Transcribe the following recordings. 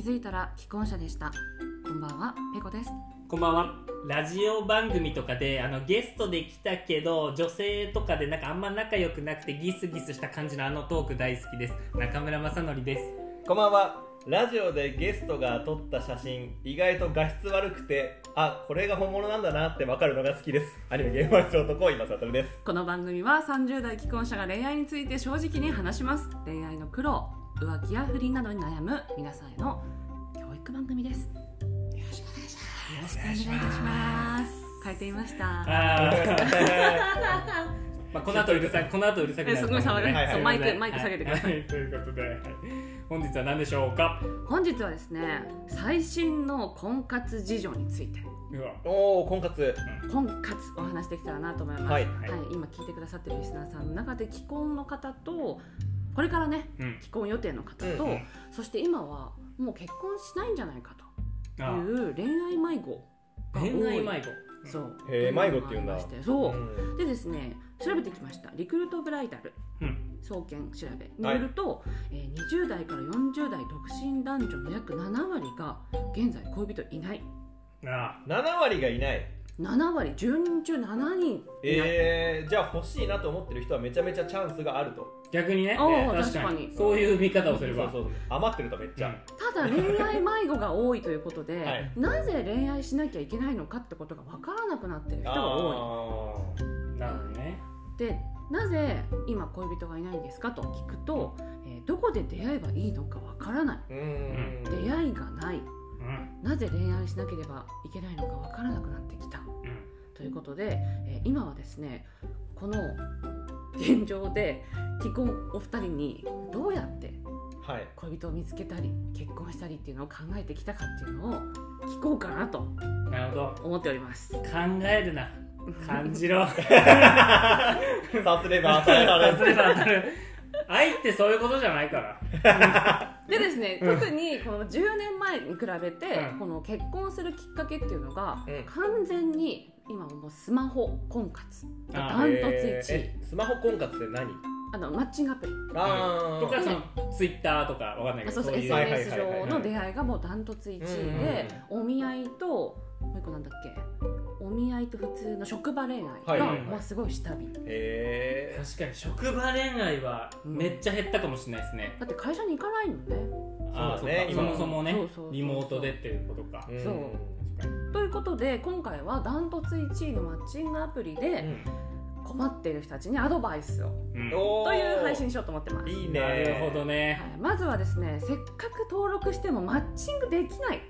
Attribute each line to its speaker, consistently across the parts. Speaker 1: づいたら既婚者でしたこんばんはペコです
Speaker 2: こんばんは。ラジオ番組とかであのゲストで来たけど女性とかでなんかあんま仲良くなくてギスギスした感じのあのトーク大好きです。中村正則です。
Speaker 3: こんばんは。ラジオでゲストが撮った写真、意外と画質悪くて、あ、これが本物なんだなってわかるのが好きです。アニメゲームワイズ男、今悟です。
Speaker 1: この番組は30代既婚者が恋愛について正直に話します恋愛の苦労浮気や不倫などに悩む皆さんへの教育番組ですよろしくお願いしますよろしくお願いいたします変えてみました
Speaker 2: あー
Speaker 3: は
Speaker 2: まあこの後うるさいこの後うるさくなると思うので、
Speaker 3: えすごい騒がれてそう
Speaker 1: マイクマイク下げてください
Speaker 2: はということではい本日は何でしょうか。
Speaker 1: 本日はですね最新の婚活事情について
Speaker 2: うわ
Speaker 3: おお、婚活。
Speaker 1: 婚活お話できたらなと思います、
Speaker 3: はい
Speaker 2: はい
Speaker 1: はい、今聞いてくださってるリスナーさんの中で既婚の方とこれからね
Speaker 2: うん。
Speaker 1: 既婚予定の方と、
Speaker 3: うん
Speaker 2: うん
Speaker 1: そして今はもう結婚しないんじゃないかと
Speaker 2: あ
Speaker 1: いう恋愛迷子が多い
Speaker 2: 恋愛迷子。
Speaker 1: そう
Speaker 3: へー迷子っていうんだ
Speaker 1: とのがありましてそう、
Speaker 3: ん
Speaker 1: でですね調べてきましたリクルートブライダル、
Speaker 2: うん
Speaker 1: 総研調べによると、えー20代から40代独身男女の約7割が現在恋人いない
Speaker 2: あ
Speaker 3: 7割がいない。
Speaker 1: 7割10人中7人いない、
Speaker 3: えー、じゃあ欲しいなと思ってる人はめちゃめちゃチャンスがあると。
Speaker 2: ー逆にね。
Speaker 1: おー
Speaker 2: 確
Speaker 1: 確
Speaker 2: か
Speaker 1: か
Speaker 2: に
Speaker 1: に
Speaker 2: そういう見方をすれば。
Speaker 3: そうそう。余ってるとめっち
Speaker 2: じ
Speaker 3: ゃ。
Speaker 2: ゃ
Speaker 1: ただ恋愛迷子が多いということで、
Speaker 3: はい
Speaker 1: なぜ恋愛しなきゃいけないのかってことが分からなくなってる人が多い
Speaker 3: あ
Speaker 2: あなるほどね。
Speaker 1: でなぜ今恋人がいないんですかと聞くと、えーどこで出会えばいいのかわからない
Speaker 3: ー。うーん。
Speaker 1: 出会いがない
Speaker 2: うん
Speaker 1: なぜ恋愛しなければいけないのかわからなくなってきた
Speaker 2: うん。
Speaker 1: ということで、えー今はですねこの現状で既婚お二人にどうやって
Speaker 3: はい。
Speaker 1: 恋人を見つけたり結婚したりっていうのを考えてきたかっていうのを聞こうかなと
Speaker 2: なるほど。
Speaker 1: 思っております。
Speaker 2: 考えるな。感じろ。
Speaker 3: さすれば与えられ
Speaker 2: そ
Speaker 3: る。
Speaker 2: れは当たる愛ってそういうことじゃないから
Speaker 1: でですね、
Speaker 2: うん
Speaker 1: 特にこの10年前に比べて、
Speaker 2: うん
Speaker 1: この結婚するきっかけっていうのが、
Speaker 3: うん
Speaker 1: 完全に今もうスマホ婚活が
Speaker 2: あ
Speaker 1: ダントツ1位
Speaker 3: えースマホ婚活って何
Speaker 1: あのマッチングアプリ
Speaker 3: あ
Speaker 2: とか
Speaker 3: ー
Speaker 2: そのツイッターとかわかんない
Speaker 1: あ
Speaker 2: け
Speaker 1: そ
Speaker 2: ど
Speaker 1: うそう
Speaker 2: そういう、
Speaker 3: はいはい
Speaker 1: SNS 上の出会いがもうダントツ1位
Speaker 3: うん
Speaker 1: で、お見合いともう一個なんだっけお見合いと普通の職場恋
Speaker 3: は
Speaker 1: 愛
Speaker 3: い
Speaker 1: が、
Speaker 3: はいはい
Speaker 1: まあ、すごい下火だ
Speaker 3: え
Speaker 2: 確かに職場恋愛はめっちゃ減ったかもしれないですね、
Speaker 1: って会社に行かないのね、
Speaker 2: ああ
Speaker 3: そうね
Speaker 2: そっかそもそもね
Speaker 1: そうそうそうそう
Speaker 2: リモートでっていうことか、
Speaker 3: ー。
Speaker 1: そうん
Speaker 2: 確か
Speaker 1: ということで今回はダントツ1位のマッチングアプリで困っている人たちにアドバイスを
Speaker 2: に、うん
Speaker 3: おー
Speaker 1: という配信しようと思ってます
Speaker 3: いいね
Speaker 2: なるほどね
Speaker 1: はい、まずはですねせっかく登録してもマッチングできない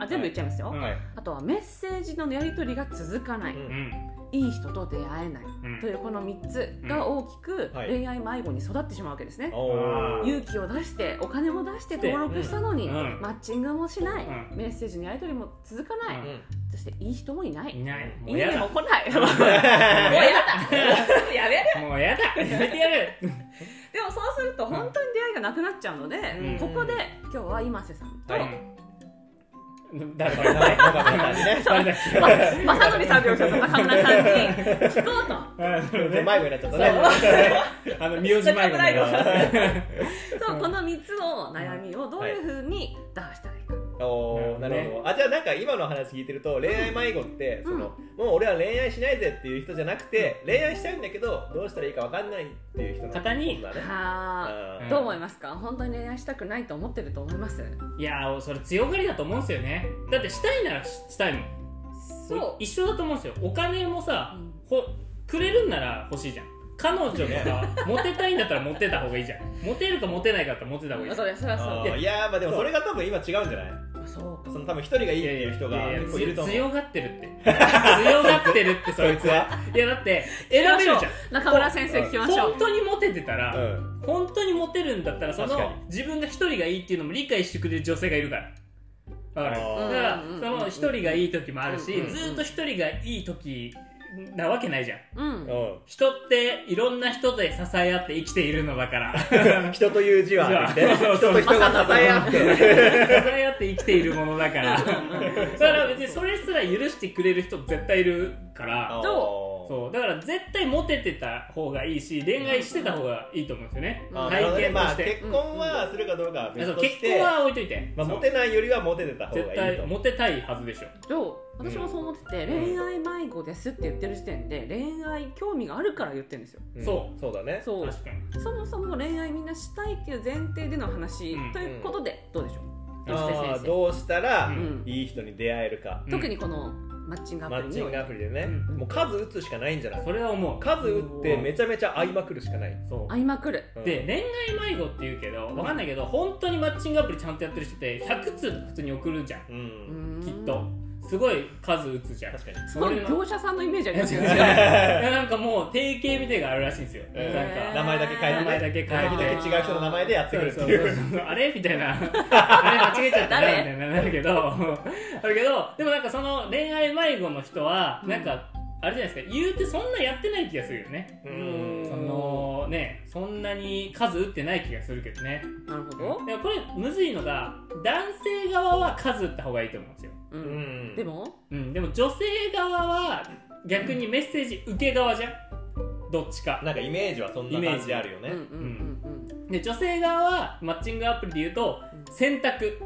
Speaker 1: あ全部言っちゃいますよ、
Speaker 2: うん
Speaker 3: はい
Speaker 1: あとはメッセージのやり取りが続かない、
Speaker 3: う
Speaker 2: うん
Speaker 1: いい人と出会えない、
Speaker 2: うん
Speaker 1: というこの3つが大きく
Speaker 3: はい
Speaker 1: 恋愛迷子に育ってしまうわけですね、
Speaker 3: おー
Speaker 1: 勇気を出してお金も出して登録したのに、
Speaker 2: うんうん
Speaker 1: マッチングもしない、
Speaker 2: うん
Speaker 1: メッセージのやり取りも続かない、
Speaker 2: うん
Speaker 1: そしていい人もいない、
Speaker 2: いないも
Speaker 1: いうい
Speaker 2: や
Speaker 1: ね
Speaker 2: だ
Speaker 1: も
Speaker 2: も
Speaker 1: 来ない もう やだやめる
Speaker 2: うやだやめてやる
Speaker 1: でもそうすると本当に出会いがなくなっちゃうので、
Speaker 2: うん
Speaker 1: ここで今日は今瀬さんと、
Speaker 3: はい
Speaker 2: うん誰
Speaker 3: 中
Speaker 2: だ
Speaker 3: 村さん
Speaker 2: 誰
Speaker 3: にね
Speaker 2: だっけ
Speaker 1: ま正則さんと中村さんに聞こうと
Speaker 3: で迷子になっちゃったね
Speaker 2: あの名字迷子のやつ
Speaker 1: ちょっとそうこの3つの悩みをどういうふうに打破したらいいか、
Speaker 3: おーなるほどあじゃあなんか今の話聞いてると恋愛迷子ってそのもう俺は恋愛しないぜっていう人じゃなくて恋愛したいんだけどどうしたらいいかわかんないっていう人の
Speaker 2: 方に
Speaker 3: だね
Speaker 1: は
Speaker 3: あ
Speaker 2: う
Speaker 1: ー
Speaker 2: ん
Speaker 1: どう思いますか本当に恋愛したくないと思ってると思います
Speaker 2: いやーそれ強がりだと思うんですよねだってしたいならししたいもん
Speaker 1: そう
Speaker 2: 一緒だと思うんですよお金もさ、
Speaker 1: うん
Speaker 2: ほくれるんなら欲しいじゃん彼女とかモテたいんだったらモテた方がいいじゃんモテるかモテないかだったらモテた方がいいじ
Speaker 1: そ
Speaker 2: ゃん
Speaker 1: りゃそりゃ
Speaker 3: あ
Speaker 1: そ
Speaker 3: ーいやーまあでもそれが多分今違うんじゃないう
Speaker 1: そうか
Speaker 3: その多分一人がいいっていう人が
Speaker 2: いやいや
Speaker 3: 結構いると思う
Speaker 2: 強がってるって強がってるってそ
Speaker 3: そ
Speaker 2: い
Speaker 3: い
Speaker 2: つ
Speaker 3: つは、
Speaker 2: いやだって選べるじ
Speaker 1: 中村先生聞き
Speaker 2: ゃ
Speaker 1: ま
Speaker 2: ん
Speaker 1: しょう
Speaker 2: 本当にモテてたら、
Speaker 3: うん、
Speaker 2: 本当にモテるんだったらその
Speaker 3: 確かに
Speaker 2: 自分が一人がいいっていうのも理解してくれる女性がいるからわかる
Speaker 3: あー
Speaker 2: だから
Speaker 1: うんうんうんうん
Speaker 2: その一人がいい時もあるし、
Speaker 1: うんうんうん
Speaker 2: ずーっと一人がいい時なわけないじゃん
Speaker 1: うん
Speaker 2: 人っていろんな人で支え合って生きているのだから支
Speaker 3: うん、人という字はあってね
Speaker 2: そう
Speaker 3: 人と人が支え合って
Speaker 2: え合って生きているものだからだから別にそれすら許してくれる人絶対いるから
Speaker 1: ど
Speaker 2: そうだから絶対モテてた方がいいし恋愛してた方がいいと思うんですよね、
Speaker 1: うんうん
Speaker 2: 体験と
Speaker 3: まあ
Speaker 2: して、
Speaker 3: 結婚はするかどうかは別
Speaker 2: そう
Speaker 3: とし
Speaker 2: 結
Speaker 3: て、
Speaker 2: 婚は置いといて、
Speaker 3: まあ、
Speaker 2: そう
Speaker 3: モテないよりはモテてた方がいい
Speaker 2: 絶
Speaker 3: と
Speaker 2: 対モテたいはずでしょ
Speaker 1: そう私もそう思ってて、
Speaker 3: うん
Speaker 1: 恋愛迷子ですって言ってる時点で恋愛興味があるから言ってるんですよ
Speaker 3: うん
Speaker 2: そ
Speaker 3: そうだね
Speaker 1: そう
Speaker 2: 確かに
Speaker 1: そもそも恋愛みんなしたいっていう前提での話、
Speaker 2: うん
Speaker 1: ということでどうでしょう、
Speaker 3: あ
Speaker 1: 先
Speaker 3: ー
Speaker 1: 生
Speaker 3: どうしたら
Speaker 2: うん
Speaker 3: いい人に出会えるか、
Speaker 2: うん
Speaker 1: 特にこのマッチングアプ
Speaker 3: マ
Speaker 1: リ
Speaker 3: ッ
Speaker 1: に
Speaker 3: チングアプリでね、
Speaker 2: うん
Speaker 3: もう数打つしかないんじゃない
Speaker 2: それは思う
Speaker 3: 数打ってめちゃめちゃ会いまくるしかない、
Speaker 2: そう
Speaker 1: 会いまくる
Speaker 3: うん
Speaker 2: で恋愛迷子って言うけどわかんないけど本当にマッチングアプリちゃんとやってる人って100通普通に送るじゃん
Speaker 3: う、
Speaker 1: うんーん
Speaker 2: きっとすごい数打つじゃん
Speaker 3: 確かに
Speaker 1: すごい業者さんのイメージあ
Speaker 2: い
Speaker 1: り
Speaker 2: や
Speaker 1: ます
Speaker 2: 違
Speaker 1: よ
Speaker 2: う違う い
Speaker 1: ね
Speaker 2: やなんかもう定型みたいがあるらしいんですよ、
Speaker 3: え
Speaker 2: なん
Speaker 3: ー
Speaker 2: か
Speaker 3: 名前だけ変えて
Speaker 2: 名
Speaker 3: ね
Speaker 2: 前だけ変え
Speaker 3: 時々
Speaker 2: て
Speaker 3: 違う人の名前でやってくるって
Speaker 2: そう
Speaker 3: い
Speaker 2: そううそうそうあれみたい なあれ間違えちゃったなみ
Speaker 1: 誰
Speaker 2: たいになるけどあるけどでもなんかその恋愛迷子の人は
Speaker 1: うん
Speaker 2: なんか、あれじゃないですか言うてそんなやってない気がするよね
Speaker 3: う
Speaker 1: うん
Speaker 2: そのねそんなに数打ってない気がするけどね
Speaker 1: なるほど、
Speaker 2: でもこれむずいのが男性側は数打った方がいいと思うんですよ、
Speaker 1: う
Speaker 3: うんん
Speaker 1: でも
Speaker 2: うん、でも女性側は逆にメッセージ受け側じゃんどっちか
Speaker 3: なんかイメージはそんな感じあるよ
Speaker 1: う
Speaker 3: ね
Speaker 1: んうんうん
Speaker 2: で女性側はマッチングアプリで言うと
Speaker 1: うん
Speaker 2: 選択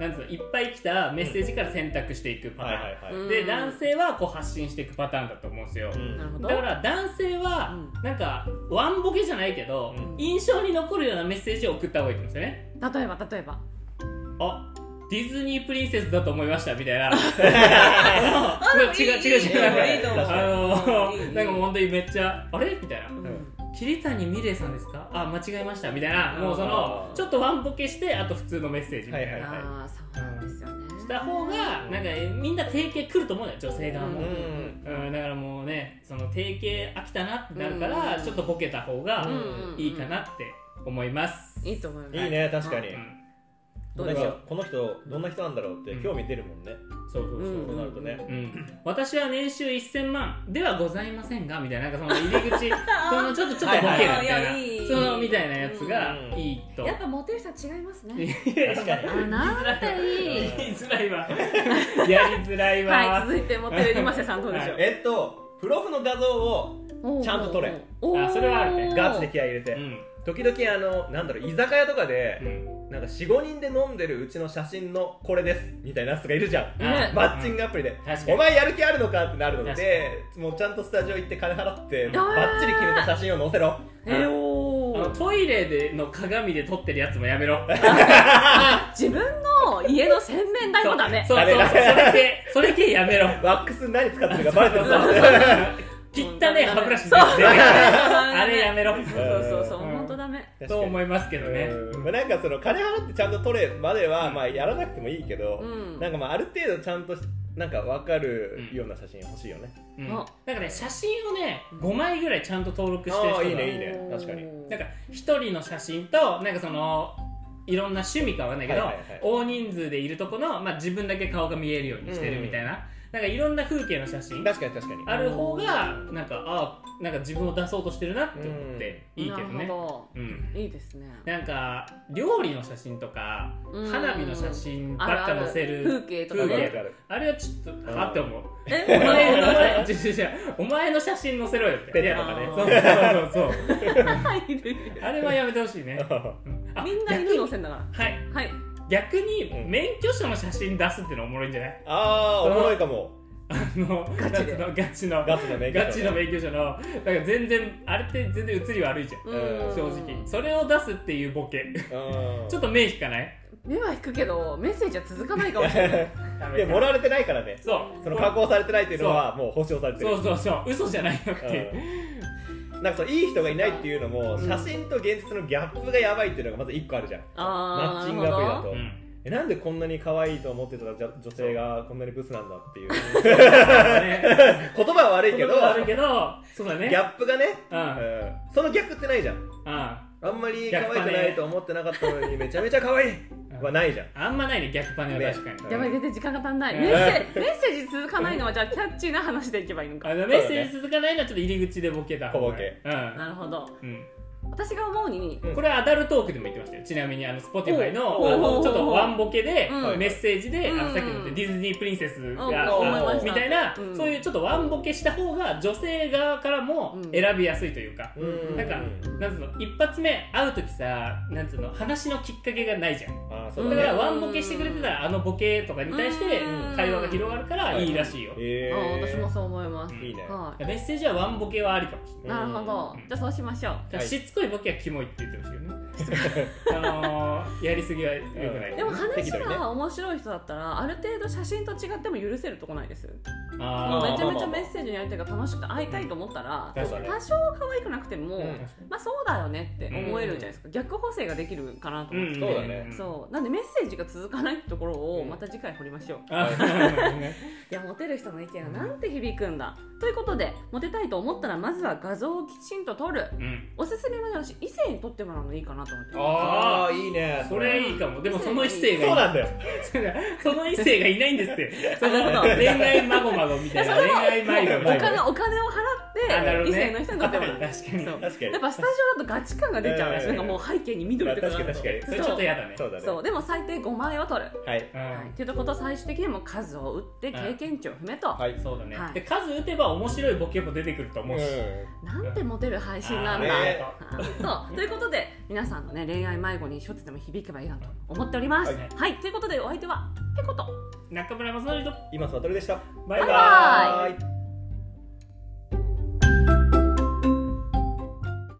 Speaker 2: なんつうのいっぱい来たメッセージから選択していくパタ
Speaker 3: は
Speaker 2: ー
Speaker 3: い
Speaker 2: ン、
Speaker 3: はいはい、
Speaker 1: うん
Speaker 2: で男性はこう発信していくパターンだと思うんですよ、
Speaker 3: うん
Speaker 1: なるほど
Speaker 2: だから男性は
Speaker 1: うん
Speaker 2: なんかワンボケじゃないけど、
Speaker 3: うん
Speaker 2: 印象に残るようなメッセージを送った方がいいと思うんですよね
Speaker 1: 例えば例えば
Speaker 2: あディズニープリンセスだと思いましたみたいなあ
Speaker 1: でもいい
Speaker 2: の違う違う違
Speaker 3: いういと思う
Speaker 2: あの
Speaker 1: いいいい
Speaker 2: なんかもう本当にめっちゃあれみたいな
Speaker 1: うん
Speaker 3: ん
Speaker 2: 桐谷美玲さんですかあ間違えましたみたいな
Speaker 1: あー
Speaker 2: もうそのちょっとワンボケしてあと普通のメッセージみたいな、
Speaker 3: はいはい
Speaker 1: ああそうなんですよね
Speaker 2: した方がなんかえみんな定型くると思うんだよ女性側も、
Speaker 1: う
Speaker 2: うんん
Speaker 3: うん
Speaker 2: だからもうねその定型飽きたなってなるから、
Speaker 1: うん
Speaker 2: ちょっとボケた方が
Speaker 1: うんうんうん
Speaker 2: いいかなって思います、
Speaker 1: いいと思います
Speaker 3: いいね確かに、
Speaker 2: うん
Speaker 1: どう
Speaker 3: な
Speaker 1: で
Speaker 3: ん
Speaker 1: しょ
Speaker 3: か
Speaker 1: う
Speaker 3: この人どんな人なんだろうって興味出るもんね、
Speaker 2: そうそうそう、
Speaker 1: う
Speaker 3: そうなるとね、
Speaker 2: うん、私は年収1000万ではございませんがみたいななんかその入 り口そのちょっとちょっとボケるみ
Speaker 3: は
Speaker 2: たいな
Speaker 3: いはい
Speaker 1: やいい
Speaker 2: そのみたいなやつが
Speaker 3: うん
Speaker 2: いいと、
Speaker 1: やっぱモテる人は違いますね
Speaker 3: 確かに
Speaker 1: あなんていい
Speaker 2: やりづらいわやりづらいわ、
Speaker 1: はい続いてモテるリマセさんどうでしょう
Speaker 3: えっとプロフの画像を
Speaker 1: おー
Speaker 3: ちゃんと撮れ
Speaker 1: おー
Speaker 2: あそれはあるね
Speaker 3: ガッツで気合い入れて、
Speaker 2: うん
Speaker 3: 時々あのなんだろう居酒屋とかで
Speaker 2: う、ん
Speaker 3: なんか45人で飲んでるうちの写真のこれですみたいなやつがいるじゃん、
Speaker 1: ね
Speaker 3: マッチングアプリで、
Speaker 2: 確かに
Speaker 3: お前やる気あるのかってなるの
Speaker 2: 確
Speaker 3: でもうちゃんとスタジオ行って金払って
Speaker 2: あー
Speaker 3: バッチリ決めた写真を載せろ
Speaker 1: えーお
Speaker 2: あの
Speaker 1: ー
Speaker 2: トイレでの鏡で撮ってるやつもやめろ。
Speaker 1: 自分の家の洗面台もダメ
Speaker 2: そうそうそう、それ系、それ系やめろ。
Speaker 3: ワックス何使ってるかバレてるぞ
Speaker 2: 汚ね歯ブ ラシで。あ
Speaker 1: あ
Speaker 2: れやめろ。
Speaker 1: そうそうそう
Speaker 2: うん
Speaker 1: 本当ダメ
Speaker 2: と思いますけどね。
Speaker 3: うんまあなんかその金払ってちゃんと取れまではまあやらなくてもいいけど、
Speaker 1: うん
Speaker 3: なんかまあある程度ちゃんとしなんか分かるような写真欲しいよね、
Speaker 2: うん
Speaker 1: あ
Speaker 2: なんかね、写真をね、5枚ぐらいちゃんと登録してる
Speaker 3: あ
Speaker 2: 人
Speaker 3: あ
Speaker 2: が
Speaker 3: いいねいいね確かに
Speaker 2: なんか、一人の写真と、なんかその、いろんな趣味かわかんないけど、
Speaker 3: はいはいはい
Speaker 2: 大人数でいるとこの、まあ、自分だけ顔が見えるようにしてるみたいな、なんかいろんな風景の写真
Speaker 3: 確かに確かに
Speaker 2: ある方がなんかあーなんか自分を出そうとしてるなって思っていいけど
Speaker 1: なる
Speaker 2: ね
Speaker 1: ほ
Speaker 2: うん
Speaker 1: どいいですね
Speaker 2: なんか料理の写真とか
Speaker 1: うん
Speaker 2: 花火の写真ばっか載せ
Speaker 1: あるある
Speaker 2: る
Speaker 1: 風景と
Speaker 3: あ
Speaker 1: か
Speaker 3: るあ
Speaker 1: ね
Speaker 3: るある
Speaker 2: あれはちょっとあって思う
Speaker 1: え
Speaker 2: お前
Speaker 1: お
Speaker 2: の
Speaker 1: 前
Speaker 2: 違う違う違うお前の写真載せろよって
Speaker 3: ペット
Speaker 1: とかね
Speaker 2: ねそうそうそうそう
Speaker 1: 入る
Speaker 2: あれはやめてほしいねうんあ
Speaker 1: みんな
Speaker 2: 逆
Speaker 1: 犬乗せんだから
Speaker 2: はい
Speaker 1: はい
Speaker 2: 逆に
Speaker 3: うん
Speaker 2: 免許証の写真出すってのおもろいんじゃない
Speaker 3: あーおもろいかも
Speaker 2: あの
Speaker 1: ガチで
Speaker 2: なんつうのガチの
Speaker 3: ガチの免許証
Speaker 2: ガチの免許証のなんか全然あれって全然写り悪いじゃん
Speaker 1: うん
Speaker 2: 正直それを出すっていうボケ
Speaker 3: うん
Speaker 2: ちょっと目引かない
Speaker 1: 目は引くけどメッセージは続かないかもし れない
Speaker 3: でもらわれてないからね
Speaker 2: そう
Speaker 3: その加工されてないっていうのはもう保証されてる
Speaker 2: そうそうそう嘘じゃないよっていう
Speaker 3: うんなんかそういい人がいないっていうのも
Speaker 1: うん
Speaker 3: 写真と現実のギャップがやばいっていうのがまず1個あるじゃんマ
Speaker 1: あ
Speaker 3: ッ
Speaker 1: ー
Speaker 3: チングアプリだと、
Speaker 2: うん
Speaker 3: えなんでこんなに可愛いと思ってたじゃ女性がこんなにブスなんだっていう
Speaker 2: ね
Speaker 3: 言葉は悪いけど
Speaker 2: 言葉悪いけどそうだね
Speaker 3: ギャップがね、
Speaker 2: うんうん
Speaker 3: うんその逆ってないじゃんあんまり可愛くないと思ってなかったのにめちゃめちゃ可愛いはないじゃん
Speaker 2: あんまないね逆パネは確かに
Speaker 3: ね
Speaker 1: やばい全然時間が足んない
Speaker 2: うん
Speaker 1: メッセメッセージ続かないのはじゃあキャッチーな話でいけばいいのか
Speaker 2: あのメッセージ続かないのはちょっと入り口でボケた方が
Speaker 3: 小ボケ
Speaker 2: うん
Speaker 1: なるほど
Speaker 2: うん
Speaker 1: 私が思うに
Speaker 3: うん
Speaker 2: これはアダルトークでも言ってましたよちなみにあの Spotify
Speaker 1: お
Speaker 2: の
Speaker 1: う
Speaker 2: あ
Speaker 1: おうおうお
Speaker 2: の
Speaker 1: う
Speaker 2: ちょっとワンボケで
Speaker 1: うん
Speaker 2: メッセージで、あのさっきの
Speaker 1: うん
Speaker 2: ディズニープリンセスが、
Speaker 1: うん
Speaker 2: あの
Speaker 3: 思いました
Speaker 2: みたいな、
Speaker 1: うん
Speaker 2: そういうちょっとワンボケした方が女性側からも
Speaker 1: うん
Speaker 2: 選びやすいというか、
Speaker 3: うん
Speaker 2: なんかなんつうの一発目会う時さなんつうの話のきっかけがないじゃん
Speaker 3: あーそ
Speaker 2: だ
Speaker 3: う
Speaker 2: か
Speaker 3: だね
Speaker 2: らワンボケしてくれてたらあのボケとかに対して
Speaker 1: うん
Speaker 2: 会話が広がるからいいらしいよ、
Speaker 3: え
Speaker 1: あ
Speaker 3: ー
Speaker 1: 私もそう思います、
Speaker 3: いいね
Speaker 1: は
Speaker 2: メッセージはワンボケはありかもしれない
Speaker 1: い、なるほどじゃあそうしましょう
Speaker 2: だからしつこいボケはキモいって言ってました けどねあのーやりすぎは良くない
Speaker 1: でも話
Speaker 3: 適度にね
Speaker 1: が面白い人だったらある程度写真と違っても許せるとこないです
Speaker 2: あ
Speaker 1: もう
Speaker 2: ー
Speaker 1: めちゃめちゃメッセージのやりたいが楽しくて会いたいと思ったら
Speaker 3: そうだね
Speaker 1: 多少可愛くなくても、
Speaker 3: うん
Speaker 1: まあそうだよねって思えるじゃないですか、逆補正ができるかなと思って、
Speaker 3: そうだね
Speaker 1: そうなんでメッセージが続かないところを
Speaker 3: うん
Speaker 1: また次回掘りましょう、い
Speaker 2: あーね
Speaker 1: やモテる人の意見がなんて響くんだということでモテたいと思ったらまずは画像をきちんと撮る
Speaker 2: うん
Speaker 1: おすすめはね私異性に撮ってもらうのいいかなと思って
Speaker 2: あ
Speaker 3: あーいいね
Speaker 2: ーそれいいかもでもその異
Speaker 3: そ
Speaker 2: 性
Speaker 3: う
Speaker 2: がいない
Speaker 3: なんだよ
Speaker 2: その異性がいないんですっ てその
Speaker 1: なるほど
Speaker 2: 恋愛まごまごみたいな恋愛迷子みた
Speaker 1: お
Speaker 2: いな
Speaker 1: 金お金を
Speaker 2: あな
Speaker 1: 払って
Speaker 2: るほど
Speaker 1: 異
Speaker 2: ね
Speaker 1: 性の人に 撮ってもらう
Speaker 2: 確かに
Speaker 1: そう
Speaker 3: 確かに
Speaker 1: やっぱスタジオだとガチ感が出ちゃうらしい
Speaker 3: えー
Speaker 1: なんかもう背景に緑とかがあると
Speaker 3: まあ確かに
Speaker 2: それちょっと嫌だね
Speaker 3: そうだね
Speaker 1: そうでも最低5枚は取る、
Speaker 3: はい
Speaker 2: うん
Speaker 1: はい、ということは最終的にも数を打って
Speaker 2: うん
Speaker 1: 経験値を踏めと、
Speaker 3: はい
Speaker 2: そうだね
Speaker 1: はい
Speaker 2: で数打てば面白いボケも出てくると思うし
Speaker 1: なんてモテる配信なんだ、
Speaker 3: あーね
Speaker 1: あそうということで皆さんの、ね、恋愛迷子に一つでも響けばいいなと思っております。は
Speaker 2: はいい、
Speaker 1: ということでお相手はペコと
Speaker 2: 中村雅則と
Speaker 3: 今、サトルでした。
Speaker 2: バイ
Speaker 1: バイバイ
Speaker 2: バーイ
Speaker 3: はーい。